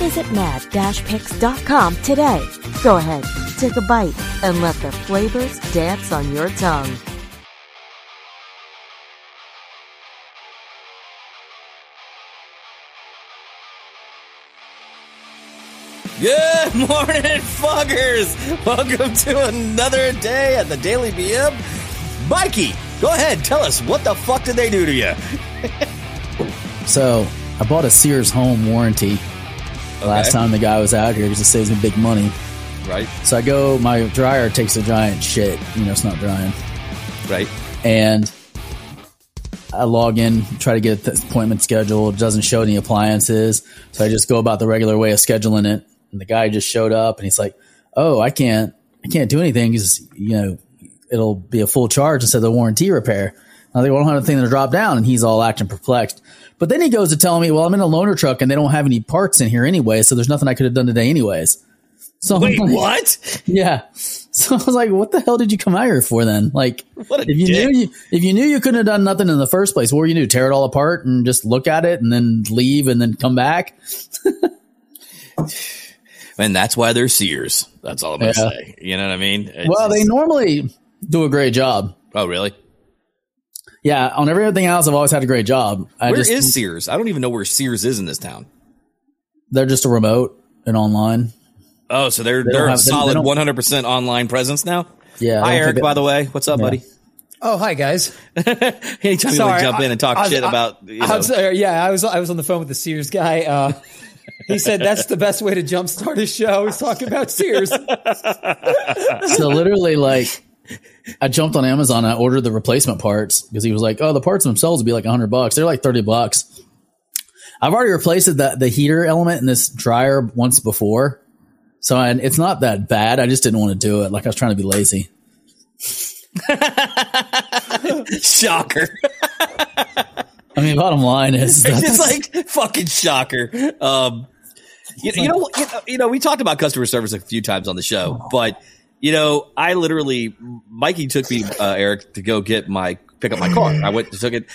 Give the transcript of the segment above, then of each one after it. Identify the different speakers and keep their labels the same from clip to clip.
Speaker 1: Visit mad-picks.com today. Go ahead, take a bite, and let the flavors dance on your tongue.
Speaker 2: Good morning, fuckers! Welcome to another day at the Daily BM. Mikey, go ahead, tell us what the fuck did they do to you?
Speaker 3: So I bought a Sears home warranty last time the guy was out here because it saves me big money.
Speaker 2: Right,
Speaker 3: So I go, my dryer takes a giant shit. You know, it's not drying.
Speaker 2: right.
Speaker 3: And I log in, try to get the appointment scheduled. It doesn't show any appliances. So I just go about the regular way of scheduling it. And the guy just showed up and he's like, Oh, I can't, I can't do anything because, you know, it'll be a full charge instead of the warranty repair. And I think, well, I don't have anything to drop down. And he's all acting perplexed. But then he goes to telling me, Well, I'm in a loaner truck and they don't have any parts in here anyway. So there's nothing I could have done today, anyways. So I'm
Speaker 2: Wait,
Speaker 3: like-
Speaker 2: what?
Speaker 3: yeah. So I was like, what the hell did you come out here for then? Like,
Speaker 2: What a
Speaker 3: if you
Speaker 2: dick.
Speaker 3: knew you, if you knew you couldn't have done nothing in the first place, what were you gonna do? Tear it all apart and just look at it and then leave and then come back?
Speaker 2: And that's why they're Sears. That's all I'm
Speaker 3: Yeah.
Speaker 2: gonna say. You know what I mean? It's
Speaker 3: well, they
Speaker 2: just-
Speaker 3: normally do a great job.
Speaker 2: Oh, really?
Speaker 3: Yeah, on everything else, I've always had a great job. I
Speaker 2: Where is
Speaker 3: just,
Speaker 2: Sears? I don't even know where Sears is in this town.
Speaker 3: they're just a remote and online.
Speaker 2: Oh, so they're
Speaker 3: don't
Speaker 2: they are they are a
Speaker 3: have- they- they
Speaker 2: solid
Speaker 3: don't-
Speaker 2: 100% online presence now.
Speaker 3: Yeah, I
Speaker 2: Hi,
Speaker 3: don't think
Speaker 2: Eric.
Speaker 3: they-
Speaker 2: by the way, what's up, buddy?
Speaker 4: Oh, hi guys.
Speaker 2: Anytime you want to jump in and talk
Speaker 4: I- I-
Speaker 2: shit
Speaker 4: I-
Speaker 2: about, you know,
Speaker 4: I'm sorry. yeah, I was uh, I was on the phone with the Sears guy. Uh, he said that's the best way to jumpstart his show. He's talking about Sears.
Speaker 3: So literally, like, I jumped on Amazon. I ordered the replacement parts because he was like, "Oh, the parts themselves would be like hundred bucks. They're like thirty bucks." I've already replaced the the heater element in this dryer once before, so I, it's not that bad. I just didn't want to do it. Like I was trying to be lazy.
Speaker 2: shocker.
Speaker 3: I mean, bottom line is,
Speaker 2: it's like fucking shocker. Um, you, you know, you know, you know, we talked about customer service a few times on the show, but you know, I literally, Mikey took me, uh, Eric, to go get my pick up my car. I went to took it.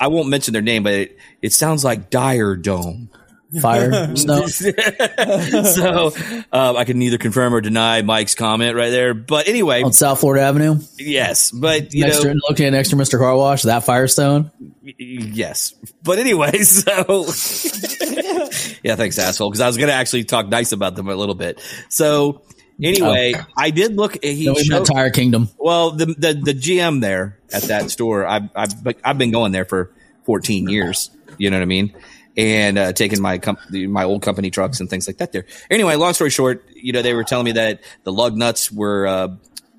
Speaker 2: I won't mention their name, but it, it sounds like Dire Dome.
Speaker 3: fire, snow.
Speaker 2: so um, I can neither confirm or deny Mike's comment right there. But anyway,
Speaker 3: On South Florida Avenue,
Speaker 2: yes, but you
Speaker 3: next
Speaker 2: know,
Speaker 3: to, located next to Mr. Car Wash, that Firestone.
Speaker 2: Yes. But anyway, so yeah, thanks, asshole. Because I was going to actually talk nice about them a little bit. So anyway, I did look. He
Speaker 3: No, we
Speaker 2: showed,
Speaker 3: met Tire Kingdom.
Speaker 2: well, the, the the GM there at that store. I've I've, but I've been going there for 14 years. You know what I mean? And uh, taking my com- my old company trucks and things like that there. Anyway, long story short, you know they were telling me that the lug nuts were. Uh,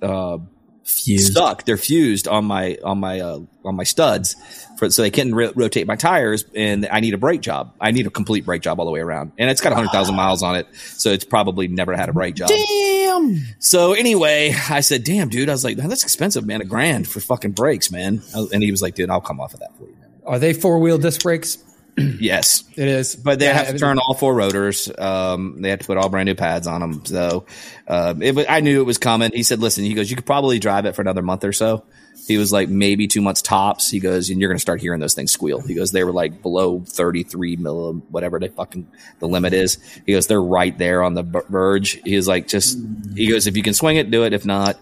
Speaker 2: uh,
Speaker 3: Fused.
Speaker 2: stuck. They're fused on my on my uh, on my studs, for, so they couldn't ro- rotate my tires. And I need a brake job. I need a complete brake job all the way around. And it's got hundred thousand miles on it, so it's probably never had a brake job.
Speaker 3: Damn.
Speaker 2: So anyway, I said, "Damn, dude!" I was like, "Man, "That's expensive, man. A grand for fucking brakes, man." I was- And he was like, "Dude, I'll come off of that for you." man."
Speaker 4: Are they four wheel disc brakes?
Speaker 2: Yes.
Speaker 4: It is,
Speaker 2: But they
Speaker 4: Yeah,
Speaker 2: have to turn all four rotors. Um, they had to put all brand new pads on them. So um, it, wa- I knew it was coming. He said, "Listen," he goes, "You could probably drive it for another month or so." He was like, "Maybe two months tops." He goes, "And you're going to start hearing those things squeal." He goes, "They were like below 33 mil, whatever they fucking the limit is." He goes, "They're right there on the b- verge." He was like, "Just," he goes, "If you can swing it, do it. If not."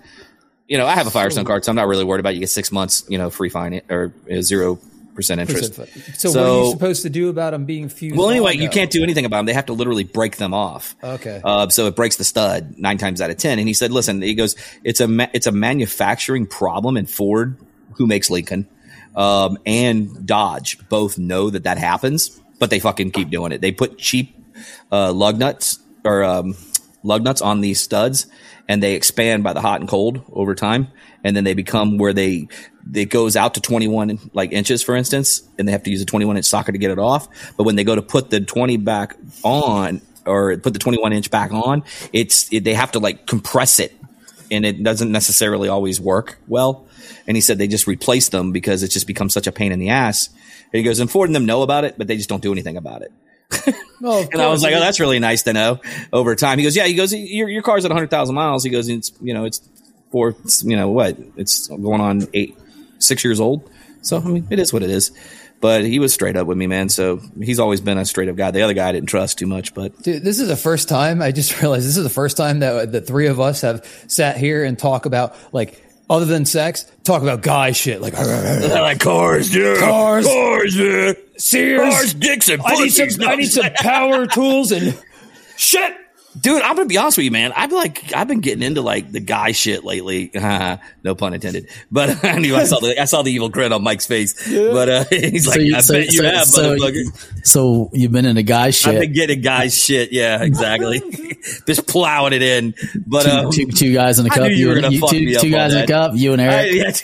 Speaker 2: You know, I have a Firestone card, so I'm not really worried about. It. You get six months, you know, free finance or zero percent interest.
Speaker 4: So, what are you supposed to do about them being fused?
Speaker 2: Well, anyway,
Speaker 4: on,
Speaker 2: you
Speaker 4: though?
Speaker 2: can't do anything about them. They have to literally break them off.
Speaker 4: Okay.
Speaker 2: Uh, so it breaks the stud nine times out of ten. And he said, "Listen," he goes, "It's a ma- it's a manufacturing problem." And Ford, who makes Lincoln, um, and Dodge both know that that happens, but they fucking keep doing it. They put cheap uh, lug nuts or um, lug nuts on these studs, and they expand by the hot and cold over time, and then they become where they it goes out to 21 like inches, for instance, and they have to use a 21 inch socket to get it off. But when they go to put the 20 back on or put the 21 inch back on, it's it, they have to like compress it and it doesn't necessarily always work well. And he said they just replace them because it's just become such a pain in the ass. And he goes, and Ford and them know about it, but they just don't do anything about it.
Speaker 4: No, of
Speaker 2: And I was
Speaker 4: course.
Speaker 2: like, oh, that's really nice to know over time. He goes, yeah. He goes, your, your car's at 100,000 miles. He goes, it's, you know, it's four, it's, you know, what? It's going on eight, six years old. So, I mean, it is what it is. But he was straight up with me, man. So he's always been a straight up guy. The other guy I didn't trust too much, but
Speaker 4: Dude, this is the first time I just realized this is the first time that the three of us have sat here and talk about like other than sex, talk about guy shit like
Speaker 2: like cars, yeah.
Speaker 4: Cars.
Speaker 2: Cars, yeah.
Speaker 4: Sears.
Speaker 2: dicks, and
Speaker 4: I need some I need some power tools and shit.
Speaker 2: Dude, I'm gonna be honest with you, man. I've like I've been getting into like the guy shit lately. Uh-huh. no pun intended. But I knew I saw the I saw the evil grin on Mike's face. But uh, he's like, I bet you have, motherfucker.
Speaker 3: so you've been into guy
Speaker 2: I've
Speaker 3: shit.
Speaker 2: been getting guy shit. Yeah, exactly. Just plowing it in. But um,
Speaker 3: two, two guys in a
Speaker 2: I
Speaker 3: cup.
Speaker 2: knew you were
Speaker 3: and-
Speaker 2: gonna fuck
Speaker 3: two,
Speaker 2: me up
Speaker 3: two
Speaker 2: on
Speaker 3: guys in a
Speaker 2: that.
Speaker 3: cup. You and
Speaker 2: I-
Speaker 3: Eric.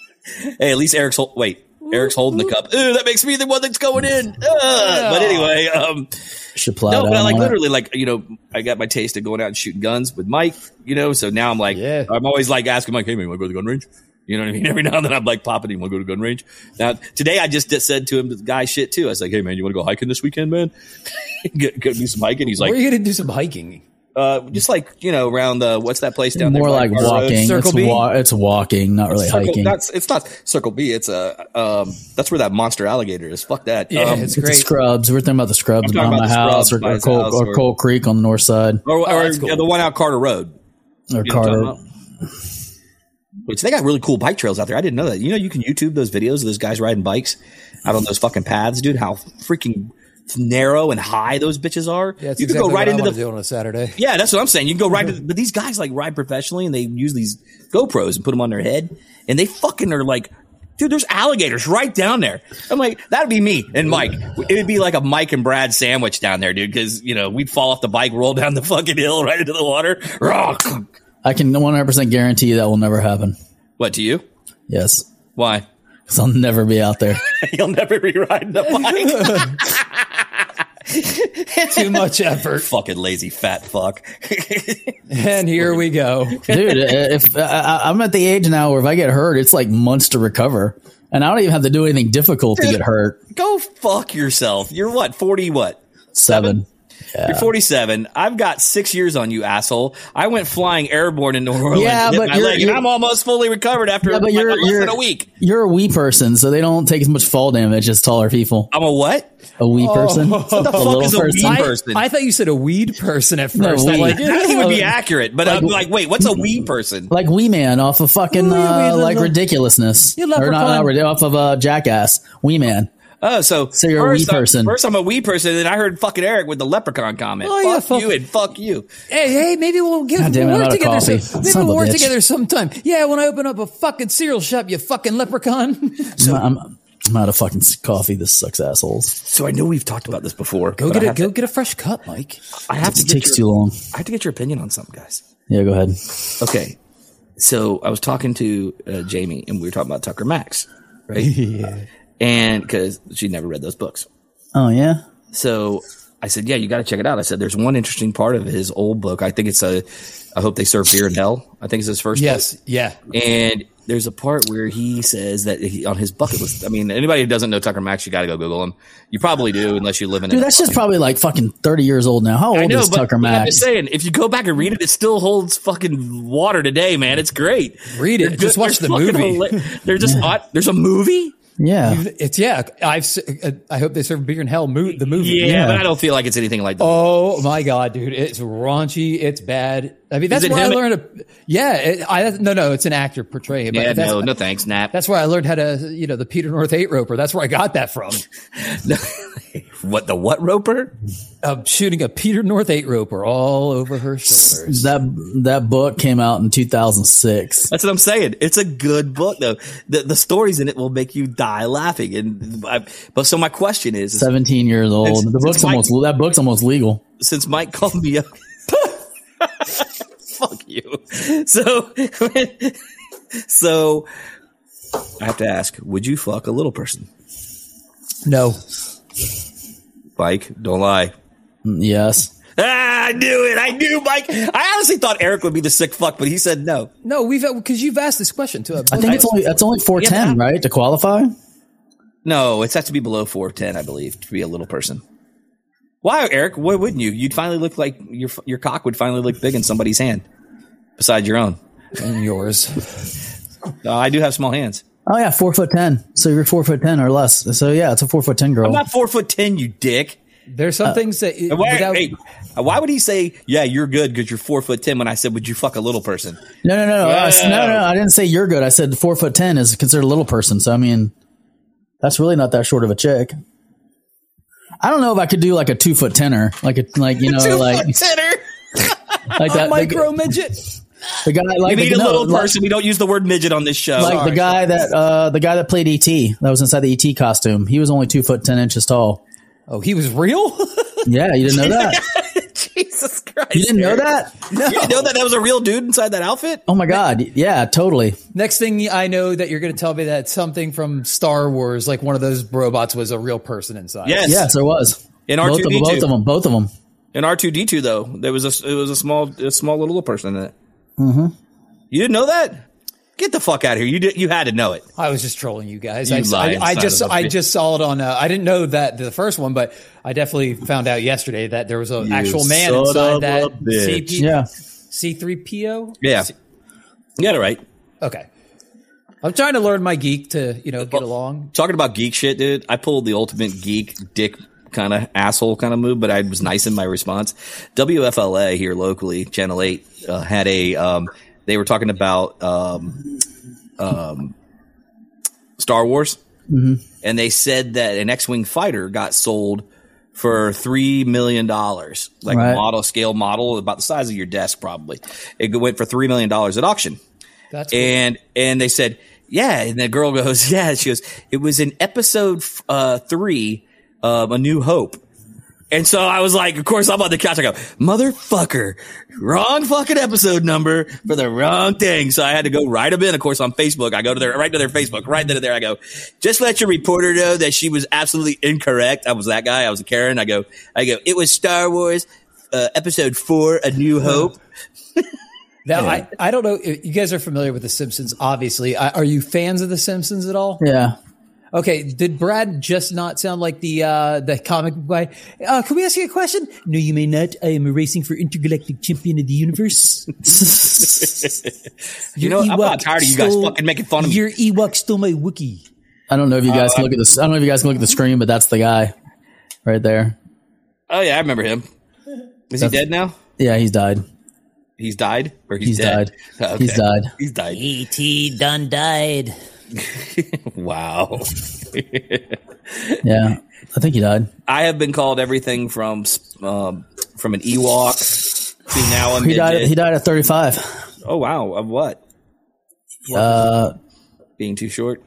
Speaker 2: hey, at least Eric's hol- wait. Eric's holding the cup. Ooh, that makes me the one that's going in. Ugh. But anyway, um,
Speaker 3: should plow
Speaker 2: No,
Speaker 3: down
Speaker 2: but I, like
Speaker 3: on it.
Speaker 2: literally, like you know, I got my taste of going out and shooting guns with Mike. You know, so now I'm like,
Speaker 4: Yeah.
Speaker 2: I'm always like asking Mike, hey man, want to go to the gun range? You know what I mean? Every now and then I'm like popping, you want to go to the gun range? Now today I just did- said to him, the guy shit too. I was like, hey man, you want to go hiking this weekend, man? go, go do some hiking. He's
Speaker 4: Where are
Speaker 2: like,
Speaker 4: you gonna do some hiking?
Speaker 2: uh, just like you know, around the what's that place down there?
Speaker 3: More like
Speaker 2: Rock Road?
Speaker 3: walking.
Speaker 4: Circle
Speaker 3: It's,
Speaker 4: B?
Speaker 3: wa- it's walking, not really
Speaker 2: Circle,
Speaker 3: hiking.
Speaker 2: That's it's not Circle B. It's a um, that's where that monster alligator is. Fuck that.
Speaker 4: Yeah,
Speaker 2: Um,
Speaker 4: it's
Speaker 3: It's the
Speaker 4: great.
Speaker 3: scrubs. We're thinking about the scrubs
Speaker 2: I'm
Speaker 3: behind
Speaker 2: talking
Speaker 3: my
Speaker 2: about the
Speaker 3: house,
Speaker 2: scrubs
Speaker 3: or,
Speaker 2: by
Speaker 3: or,
Speaker 2: his
Speaker 3: Cole,
Speaker 2: house
Speaker 3: or
Speaker 2: or-
Speaker 3: Cole Creek on the north side,
Speaker 2: or, or
Speaker 4: Oh, that's cool.
Speaker 2: yeah, the one out Carter Road. You know
Speaker 3: or
Speaker 2: what I'm
Speaker 3: Carter.
Speaker 2: talking about? Which they got really cool bike trails out there. I didn't know that. You know, you can YouTube those videos of those guys riding bikes out on those fucking paths, dude. How freaking narrow and high those bitches are.
Speaker 4: Yeah, it's
Speaker 2: you can
Speaker 4: exactly
Speaker 2: go right
Speaker 4: what I
Speaker 2: into
Speaker 4: wanna
Speaker 2: the.
Speaker 4: do on a Saturday.
Speaker 2: Yeah, that's what I'm saying. You can go right to, the, but these guys like ride professionally and they use these GoPros and put them on their head and they fucking are like, dude, there's alligators right down there. I'm like, that'd be me and Mike. It'd be like a Mike and Brad sandwich down there, dude, because you know we'd fall off the bike, roll down the fucking hill right into the water.
Speaker 3: I can 100 percent guarantee that will never happen.
Speaker 2: What to you?
Speaker 3: Yes,
Speaker 2: Why?
Speaker 3: because I'll never be out there.
Speaker 2: You'll never be riding the bike.
Speaker 4: Too much effort.
Speaker 2: Fucking lazy fat fuck.
Speaker 4: And here we go.
Speaker 3: dude if I- I, i'm at the age now where if i get hurt it's like months to recover and i don't even have to do anything difficult to get hurt
Speaker 2: Go fuck yourself. You're what? 40 what?
Speaker 3: seven
Speaker 2: You're 47. I've got six years on you, asshole. I went flying airborne in New Orleans.
Speaker 3: Yeah,
Speaker 2: and hit
Speaker 3: but
Speaker 2: my
Speaker 3: you're-
Speaker 2: leg, and
Speaker 3: you're-
Speaker 2: I'm almost fully recovered after
Speaker 3: yeah, but
Speaker 2: like,
Speaker 3: you're
Speaker 2: less
Speaker 3: you're
Speaker 2: than a week.
Speaker 3: you're a wee person so they don't take as much fall damage as taller people
Speaker 2: I'm a what?
Speaker 3: a wee person what
Speaker 2: Oh. the fuck is a wee
Speaker 4: I,
Speaker 2: person?
Speaker 4: I thought you said a weed person at first. I'm
Speaker 3: weed.
Speaker 4: like,
Speaker 2: I think it would be accurate, but I'm like, wait, what's a wee person?
Speaker 3: like wee man off of fucking
Speaker 4: Wee- wee
Speaker 3: uh, like
Speaker 4: little-
Speaker 3: ridiculousness
Speaker 4: You
Speaker 3: or not,
Speaker 4: leprechaun.
Speaker 3: not rid- off of uh, jackass wee man
Speaker 2: Oh, so,
Speaker 3: So you're a
Speaker 2: first
Speaker 3: wee
Speaker 2: I'm-
Speaker 3: person.
Speaker 2: First, I'm a wee person, and I heard fucking Eric with the leprechaun comment.
Speaker 4: Oh,
Speaker 2: fuck
Speaker 4: yeah, fuck-
Speaker 2: you and fuck you.
Speaker 4: hey, hey, maybe we'll get
Speaker 3: damn it,
Speaker 4: we'll
Speaker 3: I'm
Speaker 4: work
Speaker 3: out of
Speaker 4: together.
Speaker 3: coffee.
Speaker 4: Some, maybe
Speaker 3: Son of a
Speaker 4: we'll work
Speaker 3: bitch.
Speaker 4: together sometime. Yeah, when I open up a fucking cereal shop, you fucking leprechaun.
Speaker 3: I'm, I'm, I'm out of fucking coffee this sucks assholes
Speaker 2: So I know we've talked about this before.
Speaker 4: Go
Speaker 2: but
Speaker 4: get
Speaker 2: I
Speaker 4: a
Speaker 2: have to-
Speaker 4: go get a fresh cup, Mike.
Speaker 2: I have to
Speaker 3: it
Speaker 2: get
Speaker 3: takes
Speaker 2: your,
Speaker 3: too long
Speaker 2: I have to get your opinion on something, guys.
Speaker 3: yeah go ahead
Speaker 2: Okay, so I was talking to uh, Jamie, and we were talking about Tucker Max, right? And because she never read those books,
Speaker 3: oh yeah
Speaker 2: so I said, "Yeah, you got to check it out." I said, "There's one interesting part of his old book. I think it's a. I hope they serve beer in hell. I think it's his first.
Speaker 4: Yes, yeah.
Speaker 2: book. and." There's a part where he says that he, on his bucket list. I mean, anybody who doesn't know Tucker Max, you got to go Google him. You probably do, unless you live in.
Speaker 3: Dude,
Speaker 2: it.
Speaker 3: that's just probably like fucking 30 years old now. How old
Speaker 2: I know,
Speaker 3: is
Speaker 2: but,
Speaker 3: Tucker
Speaker 2: but I'm
Speaker 3: Max?
Speaker 2: just saying, if you go back and read it, it still holds fucking water today, man. It's great.
Speaker 4: Read it.
Speaker 2: They're
Speaker 4: Just watch
Speaker 2: they're
Speaker 4: the
Speaker 2: fucking
Speaker 4: movie.
Speaker 2: hila- they're just hot. There's a movie.
Speaker 3: Yeah.
Speaker 4: It's yeah. I've s- uh, I hope they serve beer in hell. Mo- the movie.
Speaker 2: Yeah, but I don't feel like it's anything like that.
Speaker 4: Oh my god, dude! It's raunchy. It's bad. I mean, that's
Speaker 2: it
Speaker 4: where I
Speaker 2: him-
Speaker 4: learned. A, yeah, it, I no no. It's an actor portraying. it, but
Speaker 2: yeah,
Speaker 4: that's,
Speaker 2: no, no thanks, Nap.
Speaker 4: That's where I learned how to, you know, the Peter North eight roper. That's where I got that from.
Speaker 2: what the what roper?
Speaker 4: Uh, shooting a Peter North eight roper all over her shoulders.
Speaker 3: That that book came out in 2006.
Speaker 2: That's what I'm saying. It's a good book though. The the stories in it will make you die laughing. And I, but so my question is,
Speaker 3: 17 years old.
Speaker 2: It's-
Speaker 3: the book's
Speaker 2: it's like-
Speaker 3: almost that book's almost legal.
Speaker 2: since Mike called me up. Fuck you. So, so I have to ask: Would you fuck a little person,
Speaker 4: No,
Speaker 2: Mike? Don't lie.
Speaker 3: Mm, Yes.
Speaker 2: Ah, I knew it. I knew Mike. I honestly thought Eric would be the sick fuck, but he said no.
Speaker 4: No, we've because you've asked this question to.
Speaker 3: I think it's only that's only four ten, right, to qualify.
Speaker 2: No, it's has to be below 410, I believe, to be a little person. Why, Eric? Why wouldn't you? You'd finally look like your your cock would finally look big in somebody's hand, beside your own.
Speaker 4: and yours.
Speaker 2: Uh, I do have small hands.
Speaker 3: Oh yeah, four foot ten. So you're four foot ten or less. So yeah, it's a four foot ten girl.
Speaker 2: I'm not four foot ten, you dick.
Speaker 4: There's some things that
Speaker 2: Uh, And Why, hey, why would he say, "Yeah, you're good" because you're four foot ten? When I said, "Would you fuck a little person?"
Speaker 3: no, no, no, no, I s- no, no, no. I didn't say you're good. I said four foot ten is considered a little person. So I mean, that's really not that short of a chick. I don't know if I could do like a two foot tenor, like a like you know like
Speaker 2: tenner.
Speaker 3: like that
Speaker 4: micro
Speaker 3: the,
Speaker 4: midget.
Speaker 3: the guy like
Speaker 2: We need
Speaker 3: the,
Speaker 2: a
Speaker 3: no,
Speaker 2: little
Speaker 3: like-
Speaker 2: person. We don't use the word midget on this show.
Speaker 3: like the guy that uh the guy that played ET that was inside the ET costume. He was only two foot ten inches tall.
Speaker 4: Oh, he was real.
Speaker 3: Yeah, you didn't know that.
Speaker 2: Jesus Christ!
Speaker 3: You didn't know
Speaker 2: Eric.
Speaker 3: that? No.
Speaker 2: You didn't know that that was a real dude inside that outfit.
Speaker 3: Oh my god. Yeah, totally.
Speaker 4: Next thing I know, that you're going to tell me that something from Star Wars, like one of those robots, was a real person inside.
Speaker 2: Yes.
Speaker 3: Yes, there was.
Speaker 2: In
Speaker 3: both of,
Speaker 2: R2D2.
Speaker 3: both of them. Both of them.
Speaker 2: In R two D two though, there was a it was a small a small little person in it. Mm-hmm. You didn't know that? Get the fuck out of here! You did, you had to know it.
Speaker 4: I was just trolling you guys.
Speaker 2: You
Speaker 4: I,
Speaker 2: lying
Speaker 4: I, I
Speaker 2: son
Speaker 4: just
Speaker 2: of a
Speaker 4: I
Speaker 2: bitch.
Speaker 4: just saw it on. Uh, I didn't know that the first one, but I definitely found out yesterday that there was an actual man
Speaker 2: son
Speaker 4: inside
Speaker 2: of a
Speaker 4: that
Speaker 2: bitch.
Speaker 3: Yeah.
Speaker 4: C three PO.
Speaker 2: Yeah, you got it right.
Speaker 4: Okay. I'm trying to learn my geek to you know get along.
Speaker 2: Talking about geek shit, dude. I pulled the ultimate geek dick kind of asshole kind of move, but I was nice in my response. WFLA here locally, Channel Eight, uh, had a um, they were talking about um, um, Star Wars, and they said that an X-wing fighter got sold for three million dollars, like
Speaker 3: Right.
Speaker 2: a model scale model, about the size of your desk, probably. It went for three million dollars at auction
Speaker 4: That's
Speaker 2: and and they said yeah and the girl goes yeah she goes it was in episode uh three um a new hope and so I was like, of course, I'm on the couch. I go, motherfucker, wrong fucking episode number for the wrong thing. So I had to go write them in. Of course, on Facebook, I go to their, right to their Facebook, right then and there. I go, just let your reporter know that she was absolutely incorrect. I was that guy. I was a Karen. I go, I go, it was Star Wars, uh, episode four, A New Hope.
Speaker 4: Now, I, I don't know. You guys are familiar with The Simpsons, obviously. I, are you fans of The Simpsons at all?
Speaker 3: Yeah.
Speaker 4: Okay. Did Brad just not sound like the uh, the comic guy? Uh, can we ask you a question? No, you may not. I am racing for intergalactic champion of the universe.
Speaker 2: You know, I'm not tired of you guys fucking making fun of me.
Speaker 4: Your Ewok stole my Wookiee.
Speaker 3: I don't know if you
Speaker 2: Uh,
Speaker 3: guys can look at this. I don't know if you guys can look at the screen, but that's the guy right there.
Speaker 2: Oh yeah, I remember him. Is he dead now?
Speaker 3: Yeah, he's died.
Speaker 2: He's died, or he's,
Speaker 3: He's
Speaker 2: dead?
Speaker 3: died.
Speaker 2: Okay.
Speaker 3: He's died.
Speaker 2: He's died.
Speaker 4: E.T. E done died.
Speaker 2: Wow.
Speaker 3: Yeah. I think he died.
Speaker 2: I have been called everything from um, from an Ewok to now a
Speaker 3: He
Speaker 2: midget.
Speaker 3: died he died at thirty five.
Speaker 2: Oh wow, of what?
Speaker 3: Uh
Speaker 2: Being too short.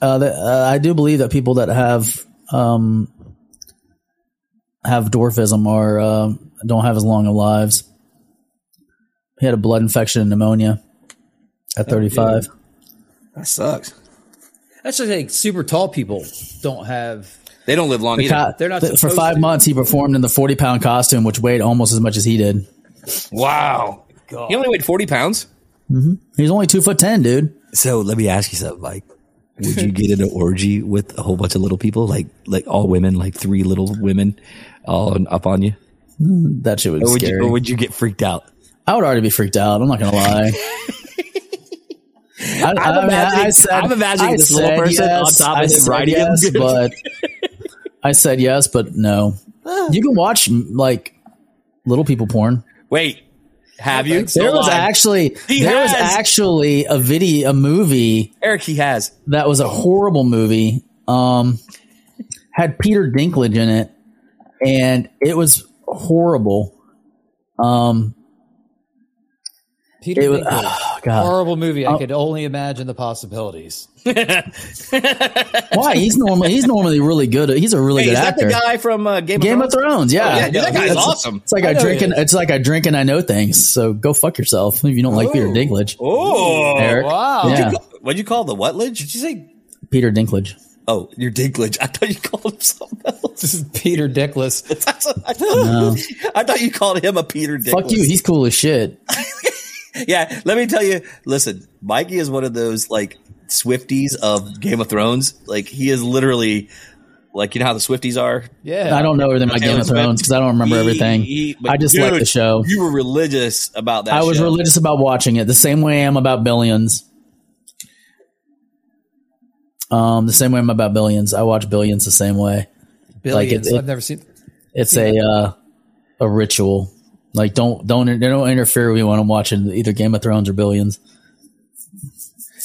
Speaker 3: Uh, the, uh, I do believe that people that have um, have dwarfism are uh, don't have as long of lives. He had a blood infection and pneumonia
Speaker 4: Oh,
Speaker 3: at 35.
Speaker 2: That sucks.
Speaker 4: That's just like super tall people don't have.
Speaker 2: They don't live long either.
Speaker 3: Ca-
Speaker 4: They're not
Speaker 3: th- for
Speaker 4: supposed
Speaker 3: five
Speaker 4: to.
Speaker 3: months, he performed in the 40 pound costume, which weighed almost as much as he did.
Speaker 2: Wow. He only weighed forty pounds.
Speaker 3: He's only two foot ten, dude.
Speaker 2: So let me ask you something, Mike. Would you get in an orgy with a whole bunch of little people, like like all women, like three little women, all up on you?
Speaker 3: That shit was scary.
Speaker 2: would you get freaked out?
Speaker 3: I would already be freaked out. I'm not gonna lie. I, I'm,
Speaker 2: imagining- I'm imagining this little person on top of him riding him.
Speaker 3: but I said yes, but no.
Speaker 2: Ah.
Speaker 3: You can watch m- like little people porn.
Speaker 2: Wait, have you?
Speaker 3: There
Speaker 2: Hold
Speaker 3: was
Speaker 2: on.
Speaker 3: actually
Speaker 2: He
Speaker 3: there was
Speaker 2: has.
Speaker 3: actually a video, a movie
Speaker 2: Eric. He has.
Speaker 3: that was a horrible movie. Um, had Peter Dinklage in it, and it was horrible. Um,
Speaker 4: Peter
Speaker 3: it was
Speaker 4: Dinklage.
Speaker 3: oh, god.
Speaker 4: horrible movie. I could only imagine the possibilities.
Speaker 3: Why he's normally he's normally really good. He's a really
Speaker 2: Hey,
Speaker 3: good
Speaker 2: is that
Speaker 3: actor.
Speaker 2: the guy from uh, Game,
Speaker 3: Game
Speaker 2: of
Speaker 3: of Thrones, yeah,
Speaker 2: yeah, dude, that guy's
Speaker 3: It's-
Speaker 2: awesome.
Speaker 3: It's like I,
Speaker 4: I know
Speaker 3: drink
Speaker 4: he
Speaker 3: and
Speaker 4: is.
Speaker 3: it's like I drink and I know things. So go fuck yourself if you don't like Peter Dinklage.
Speaker 2: Oh,
Speaker 3: Eric.
Speaker 4: Wow.
Speaker 3: Yeah.
Speaker 2: what'd you call the what lidge?
Speaker 4: Did you say
Speaker 3: Peter Dinklage.
Speaker 2: Oh, you're Dinklage. I thought you called him something else.
Speaker 5: This is Peter Dickless.
Speaker 2: That's what I, thought, I thought you called him a Peter Dinklage.
Speaker 3: Fuck you. He's cool as shit.
Speaker 2: Yeah, let me tell you. Listen, Mikey is one of those like Swifties of Game of Thrones. Like he is literally like you know how the Swifties are.
Speaker 5: Yeah.
Speaker 3: I don't know everything about Game of Thrones because I don't remember
Speaker 2: He-
Speaker 3: everything.
Speaker 2: he-
Speaker 3: I just
Speaker 2: dude,
Speaker 3: like the show.
Speaker 2: You were religious about that.
Speaker 3: I was
Speaker 2: show.
Speaker 3: religious about watching it the same way I am about billions. Um, the same way I'm about billions. I watch billions the same way. Like, it-
Speaker 5: Billions.
Speaker 3: it-
Speaker 5: I've never seen.
Speaker 3: It's a uh, a ritual. Like don't don't don't interfere with me when I'm watching either Game of Thrones or Billions.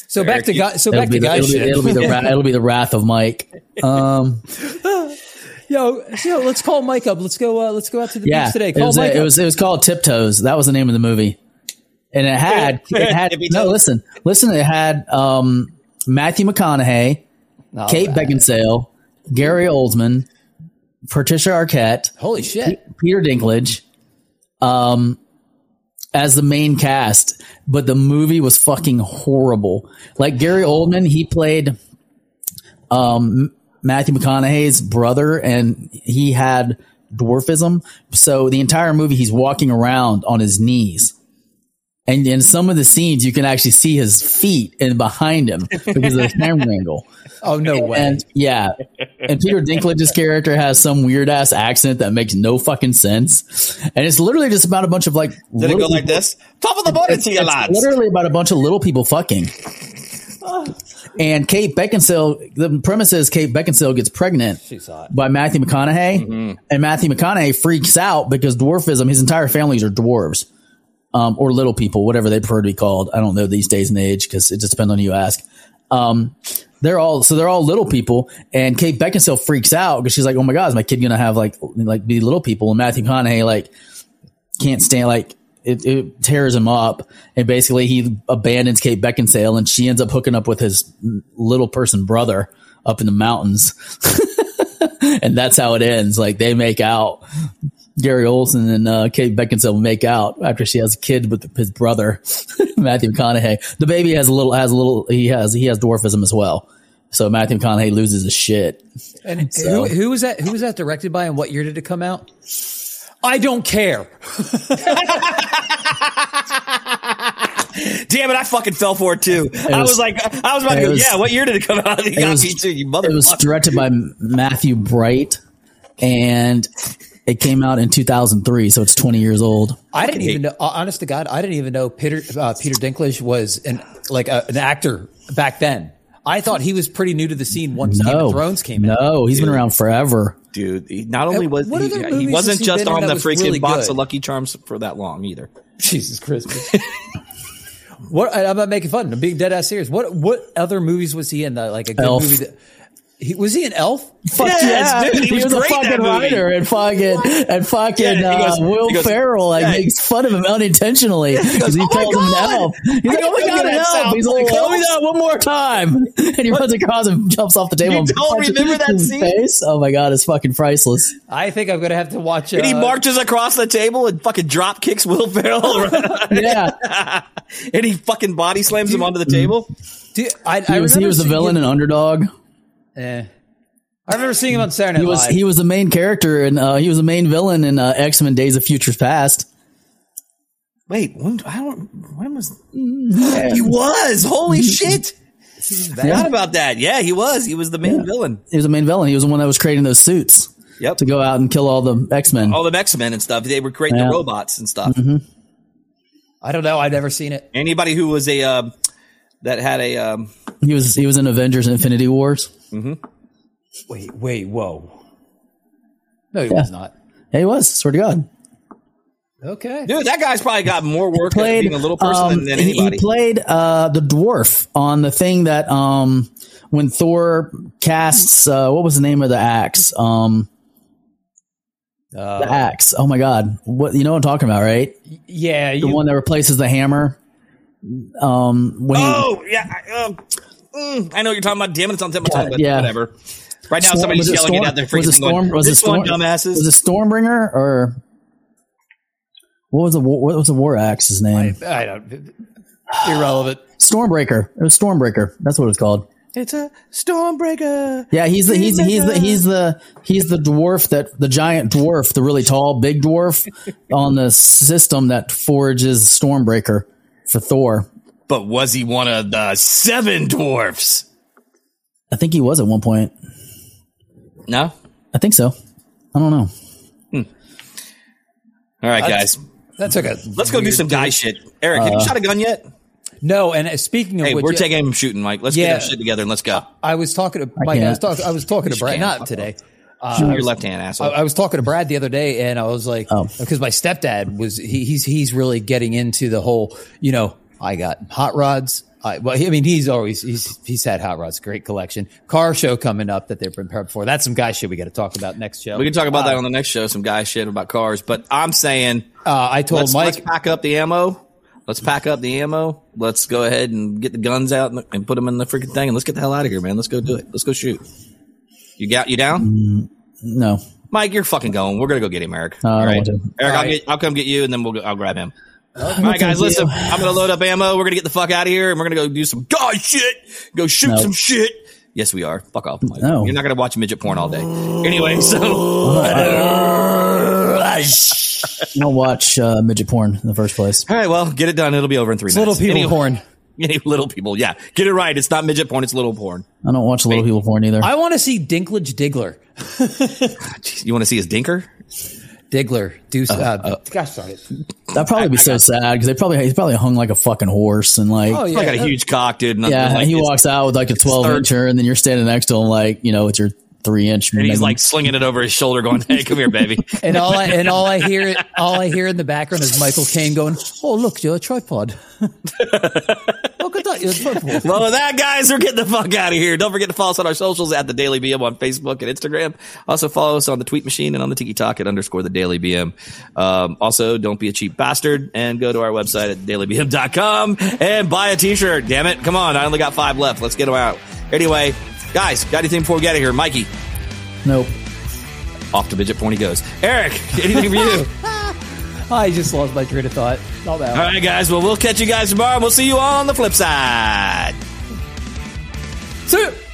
Speaker 5: So back to guy. So
Speaker 3: It'll
Speaker 5: back
Speaker 3: be
Speaker 5: to
Speaker 3: the,
Speaker 5: guy
Speaker 3: it'll be,
Speaker 5: shit.
Speaker 3: it'll be the wrath, it'll be the wrath of Mike. Um,
Speaker 4: Yo, yo, let's call Mike up. Let's go. Uh, let's go out to the
Speaker 3: yeah,
Speaker 4: beach today.
Speaker 3: it
Speaker 4: Call
Speaker 3: was
Speaker 4: Mike
Speaker 3: it
Speaker 4: up.
Speaker 3: was it was called Tiptoes. That was the name of the movie, and it had it had
Speaker 2: Tippy
Speaker 3: no
Speaker 2: toes.
Speaker 3: listen listen. It had um, Matthew McConaughey,
Speaker 5: All
Speaker 3: Kate
Speaker 5: right.
Speaker 3: Beckinsale, Gary Oldman, Patricia Arquette,
Speaker 5: Holy shit.
Speaker 3: Peter Dinklage, um, as the main cast, but the movie was fucking horrible. Like Gary Oldman, he played um, Matthew McConaughey's brother, and he had dwarfism. So the entire movie, he's walking around on his knees. And in some of the scenes, you can actually see his feet and behind him because of the camera angle.
Speaker 5: Oh no way.
Speaker 3: And yeah, and Peter Dinklage's character has some weird ass accent that makes no fucking sense, and it's literally just about a bunch of like.
Speaker 2: Did it
Speaker 3: little
Speaker 2: go like
Speaker 3: people-
Speaker 2: this? Top of the morning to you,
Speaker 3: it's
Speaker 2: lads.
Speaker 3: literally about a bunch of little people fucking. And Kate Beckinsale, the premise is Kate Beckinsale gets pregnant
Speaker 5: hot.
Speaker 3: by Matthew McConaughey, and Matthew McConaughey freaks out because dwarfism. His entire families are dwarves, um, or little people, whatever they prefer to be called. I don't know these days and age because it just depends on who you ask. Um, they're all so they're all little people, and Kate Beckinsale freaks out because she's like, "Oh my god, is my kid gonna have like like be little people?" And Matthew McConaughey like can't stand like it, it tears him up and basically he abandons kate beckinsale and she ends up hooking up with his little person brother up in the mountains and that's how it ends like they make out gary olson and uh, kate beckinsale make out after she has a kid with his brother matthew mcconaughey the baby has a little has a little he has he has dwarfism as well so matthew mcconaughey loses his shit
Speaker 5: And
Speaker 3: So-
Speaker 5: who, who was that? Who was that directed by? And what year did it come out? I don't care.
Speaker 2: Damn it! I fucking fell for it too. I was
Speaker 3: was-
Speaker 2: like, I was about to
Speaker 3: it
Speaker 2: go.
Speaker 3: was-
Speaker 2: yeah, what year did it come out? You got
Speaker 3: was-
Speaker 2: me too, you
Speaker 3: It was
Speaker 2: motherfucker.
Speaker 3: directed by Matthew Bright, and it came out in 2003, so it's 20 years old.
Speaker 5: I didn't even know. Honest to God, I didn't even know Peter uh, Peter Dinklage was an like a, an actor back then. I thought he was pretty new to the scene once Game
Speaker 3: No,
Speaker 5: of Thrones came out.
Speaker 3: no, he's been around forever.
Speaker 2: Dude, he, not only was
Speaker 5: what
Speaker 2: he,
Speaker 5: other
Speaker 2: he
Speaker 5: movies has
Speaker 2: wasn't
Speaker 5: he
Speaker 2: just
Speaker 5: been in that
Speaker 2: on the
Speaker 5: was
Speaker 2: freaking
Speaker 5: really
Speaker 2: box
Speaker 5: good?
Speaker 2: of Lucky Charms for that long either.
Speaker 5: Jesus Christmas. what? I, am not making fun. I'm being dead ass serious. What? What other movies was he in? That like a good
Speaker 3: Elf.
Speaker 5: movie. That, he was he in Elf?
Speaker 3: Fuck
Speaker 2: Yes, dude, he was
Speaker 3: a
Speaker 2: great in that
Speaker 3: fucking
Speaker 2: movie.
Speaker 3: writer and fucking and fucking
Speaker 2: Yeah, he goes-
Speaker 3: uh, Will
Speaker 2: he goes-
Speaker 3: Ferrell like
Speaker 2: yeah.
Speaker 3: makes fun of him unintentionally because he
Speaker 2: "Oh my
Speaker 3: calls him an
Speaker 2: God.
Speaker 3: elf. He's like, oh my
Speaker 2: didn't know
Speaker 3: god, an
Speaker 2: that
Speaker 3: elf.
Speaker 2: sound
Speaker 3: He's like,
Speaker 2: cool.
Speaker 3: call me that one more time, and he runs across him, jumps off the table.
Speaker 2: You
Speaker 3: and
Speaker 2: don't
Speaker 3: punches
Speaker 2: remember that
Speaker 3: him in the
Speaker 2: scene?
Speaker 3: Face. Oh my god, it's fucking priceless.
Speaker 5: I think I'm gonna have to watch.
Speaker 2: And he
Speaker 5: uh,
Speaker 2: marches across the table and fucking drop kicks Will Ferrell, around.
Speaker 3: Yeah,
Speaker 2: and he fucking body slams him onto the table.
Speaker 5: Mm. do- I, I
Speaker 3: he was, he
Speaker 5: remember
Speaker 3: was the
Speaker 5: seeing
Speaker 3: villain
Speaker 5: him-
Speaker 3: and underdog.
Speaker 5: eh. I remember seeing him on Saturday Night
Speaker 3: He was
Speaker 5: Live.
Speaker 3: he was the main character and uh, he was the main villain in uh, X Men: Days of Future Past.
Speaker 2: Wait, when I don't. When was he was? Holy
Speaker 5: Mm.
Speaker 2: shit! Forgot about that. Yeah, he was. He was the main villain.
Speaker 3: He was the main villain. He was the one that was creating those suits
Speaker 2: Yep.
Speaker 3: to go out and kill all the X Men.
Speaker 2: All the X Men and stuff. They were creating
Speaker 3: Yeah. Mm-hmm.
Speaker 2: the robots and stuff.
Speaker 5: I don't know. I've never seen it.
Speaker 2: Anybody who was a um, that had a um,
Speaker 3: He was he was in Avengers: Infinity Wars.
Speaker 5: Wait, wait, whoa. No, he was not.
Speaker 3: Yeah, he was. Swear to God,
Speaker 5: Okay.
Speaker 2: dude, that guy's probably got more work at
Speaker 3: played
Speaker 2: being a little person
Speaker 3: um,
Speaker 2: than, than
Speaker 3: he, he
Speaker 2: anybody.
Speaker 3: played uh, the dwarf on the thing that um when Thor casts uh, what was the name of the axe um
Speaker 2: Uh,
Speaker 3: the axe. Oh my God, what you know what I'm talking about, right?
Speaker 5: Yeah,
Speaker 3: The
Speaker 5: you
Speaker 3: one that replaces the hammer. Um, when he-
Speaker 2: oh yeah, I, um, mm, I know what you're talking about. Damn it, it's on tip of my tongue, but
Speaker 3: Yeah.
Speaker 2: whatever. Right now,
Speaker 3: Storm-
Speaker 2: somebody's
Speaker 3: it
Speaker 2: yelling
Speaker 3: Storm-
Speaker 2: it out there.
Speaker 3: Was it
Speaker 2: freaking going,
Speaker 3: storm? was it
Speaker 2: "This
Speaker 3: storm?
Speaker 2: one, dumbasses?
Speaker 3: Was it Stormbringer or what was the wa- what was the war axe's name?
Speaker 5: I don't irrelevant.
Speaker 3: Stormbreaker. It was Stormbreaker. That's what it's called.
Speaker 2: It's a Stormbreaker.
Speaker 3: Yeah, he's the he's he's the he's the he's the dwarf that the giant dwarf, the really tall big dwarf on the system that forages Stormbreaker for Thor.
Speaker 2: But was he one of the seven dwarfs?
Speaker 3: I think he was at one point.
Speaker 2: No.
Speaker 3: I think so. I don't know.
Speaker 2: All right, guys.
Speaker 4: That's okay.
Speaker 2: Let's go do some guy shit. Eric,
Speaker 3: Uh,
Speaker 2: have you shot a gun yet?
Speaker 4: No, and uh, speaking of
Speaker 2: Hey,
Speaker 4: which,
Speaker 2: we're
Speaker 4: yeah,
Speaker 2: taking him shooting, Mike. Let's get
Speaker 4: Yeah.
Speaker 2: our shit together and let's go.
Speaker 4: I was talking to Mike. I,
Speaker 3: can't.
Speaker 4: was, talk, I was talking to Brad.
Speaker 2: can't.
Speaker 4: Not today.
Speaker 2: Your left hand asshole.
Speaker 4: I, I was talking to Brad the other day, and I was like, because my stepdad was he, he's he's really getting into the whole, you know, I got hot rods. I, well, I mean, he's always he's he's had hot rods, great collection. Car show coming up that they've been prepped for. That's some guy shit we got to talk about next show.
Speaker 2: we can talk about that on the next show. Some guy shit about cars, but I'm saying
Speaker 4: Uh, I told
Speaker 2: let's,
Speaker 4: Mike
Speaker 2: let's pack up the ammo. Let's pack up the ammo. Let's go ahead and get the guns out and, and put them in the freaking thing, and let's get the hell out of here, man. Let's go do it. Let's go shoot. You got you down,
Speaker 3: No.
Speaker 2: Mike? You're fucking going. We're gonna go get him, Eric.
Speaker 3: I
Speaker 2: All
Speaker 3: don't
Speaker 2: right,
Speaker 3: want to. Uh,
Speaker 2: Eric. I'll, get, I'll come get you, and then we'll go, I'll grab him. All right, guys, listen. I'm gonna load up ammo. We're gonna get the fuck out of here, and we're gonna go do some god shit. Go shoot
Speaker 3: No.
Speaker 2: some shit. Yes, we are. Fuck off, Mike.
Speaker 3: No.
Speaker 2: You're not gonna watch midget porn all day. Anyway, so
Speaker 3: I'll watch uh, midget porn in the first place.
Speaker 2: all right, well, get it done. It'll be over in three minutes.
Speaker 4: little people
Speaker 2: Anyway-
Speaker 4: horn.
Speaker 2: Any little people, yeah. Get it right. It's not midget porn, it's little porn.
Speaker 3: I don't watch little people porn either.
Speaker 4: I want to see Dinklage Diggler.
Speaker 2: You want to see his dinker?
Speaker 4: Diggler. Do uh, gosh darn it.
Speaker 3: That'd probably be so sad because they probably he's probably hung like a fucking horse and like
Speaker 4: Oh
Speaker 3: yeah,
Speaker 4: yeah.
Speaker 2: I got a huge cock, dude. and I'm like,
Speaker 3: and he
Speaker 2: it's-
Speaker 3: walks out with like a twelve
Speaker 2: third-
Speaker 3: incher and then you're standing next to him like you know with your three inch.
Speaker 2: And he's like slinging it over his shoulder, going, "Hey, come here, baby."
Speaker 4: And all I and all I hear all I hear in the background is Michael Caine going, "Oh look, you're a tripod. look at that, you're a tripod."
Speaker 2: well, with that, guys, we're getting the fuck out of here. Don't forget to follow us on our socials at the Daily BM on Facebook and Instagram. Also, follow us on the Tweet Machine and on the Tiki Talk at underscore the Daily BM. Um, also, don't be a cheap bastard and go to our website at dailybm.com and buy a T-shirt. Damn it! Come on, I only got five left. Let's get them out. Anyway, guys, got anything before we get out of here, Mikey?
Speaker 3: nope.
Speaker 2: off to midget porn he goes. Eric, anything for you?
Speaker 4: I just lost my train of thought. All that.
Speaker 2: all right, guys. Well, we'll catch you guys tomorrow. We'll see you on the flip side.
Speaker 4: So-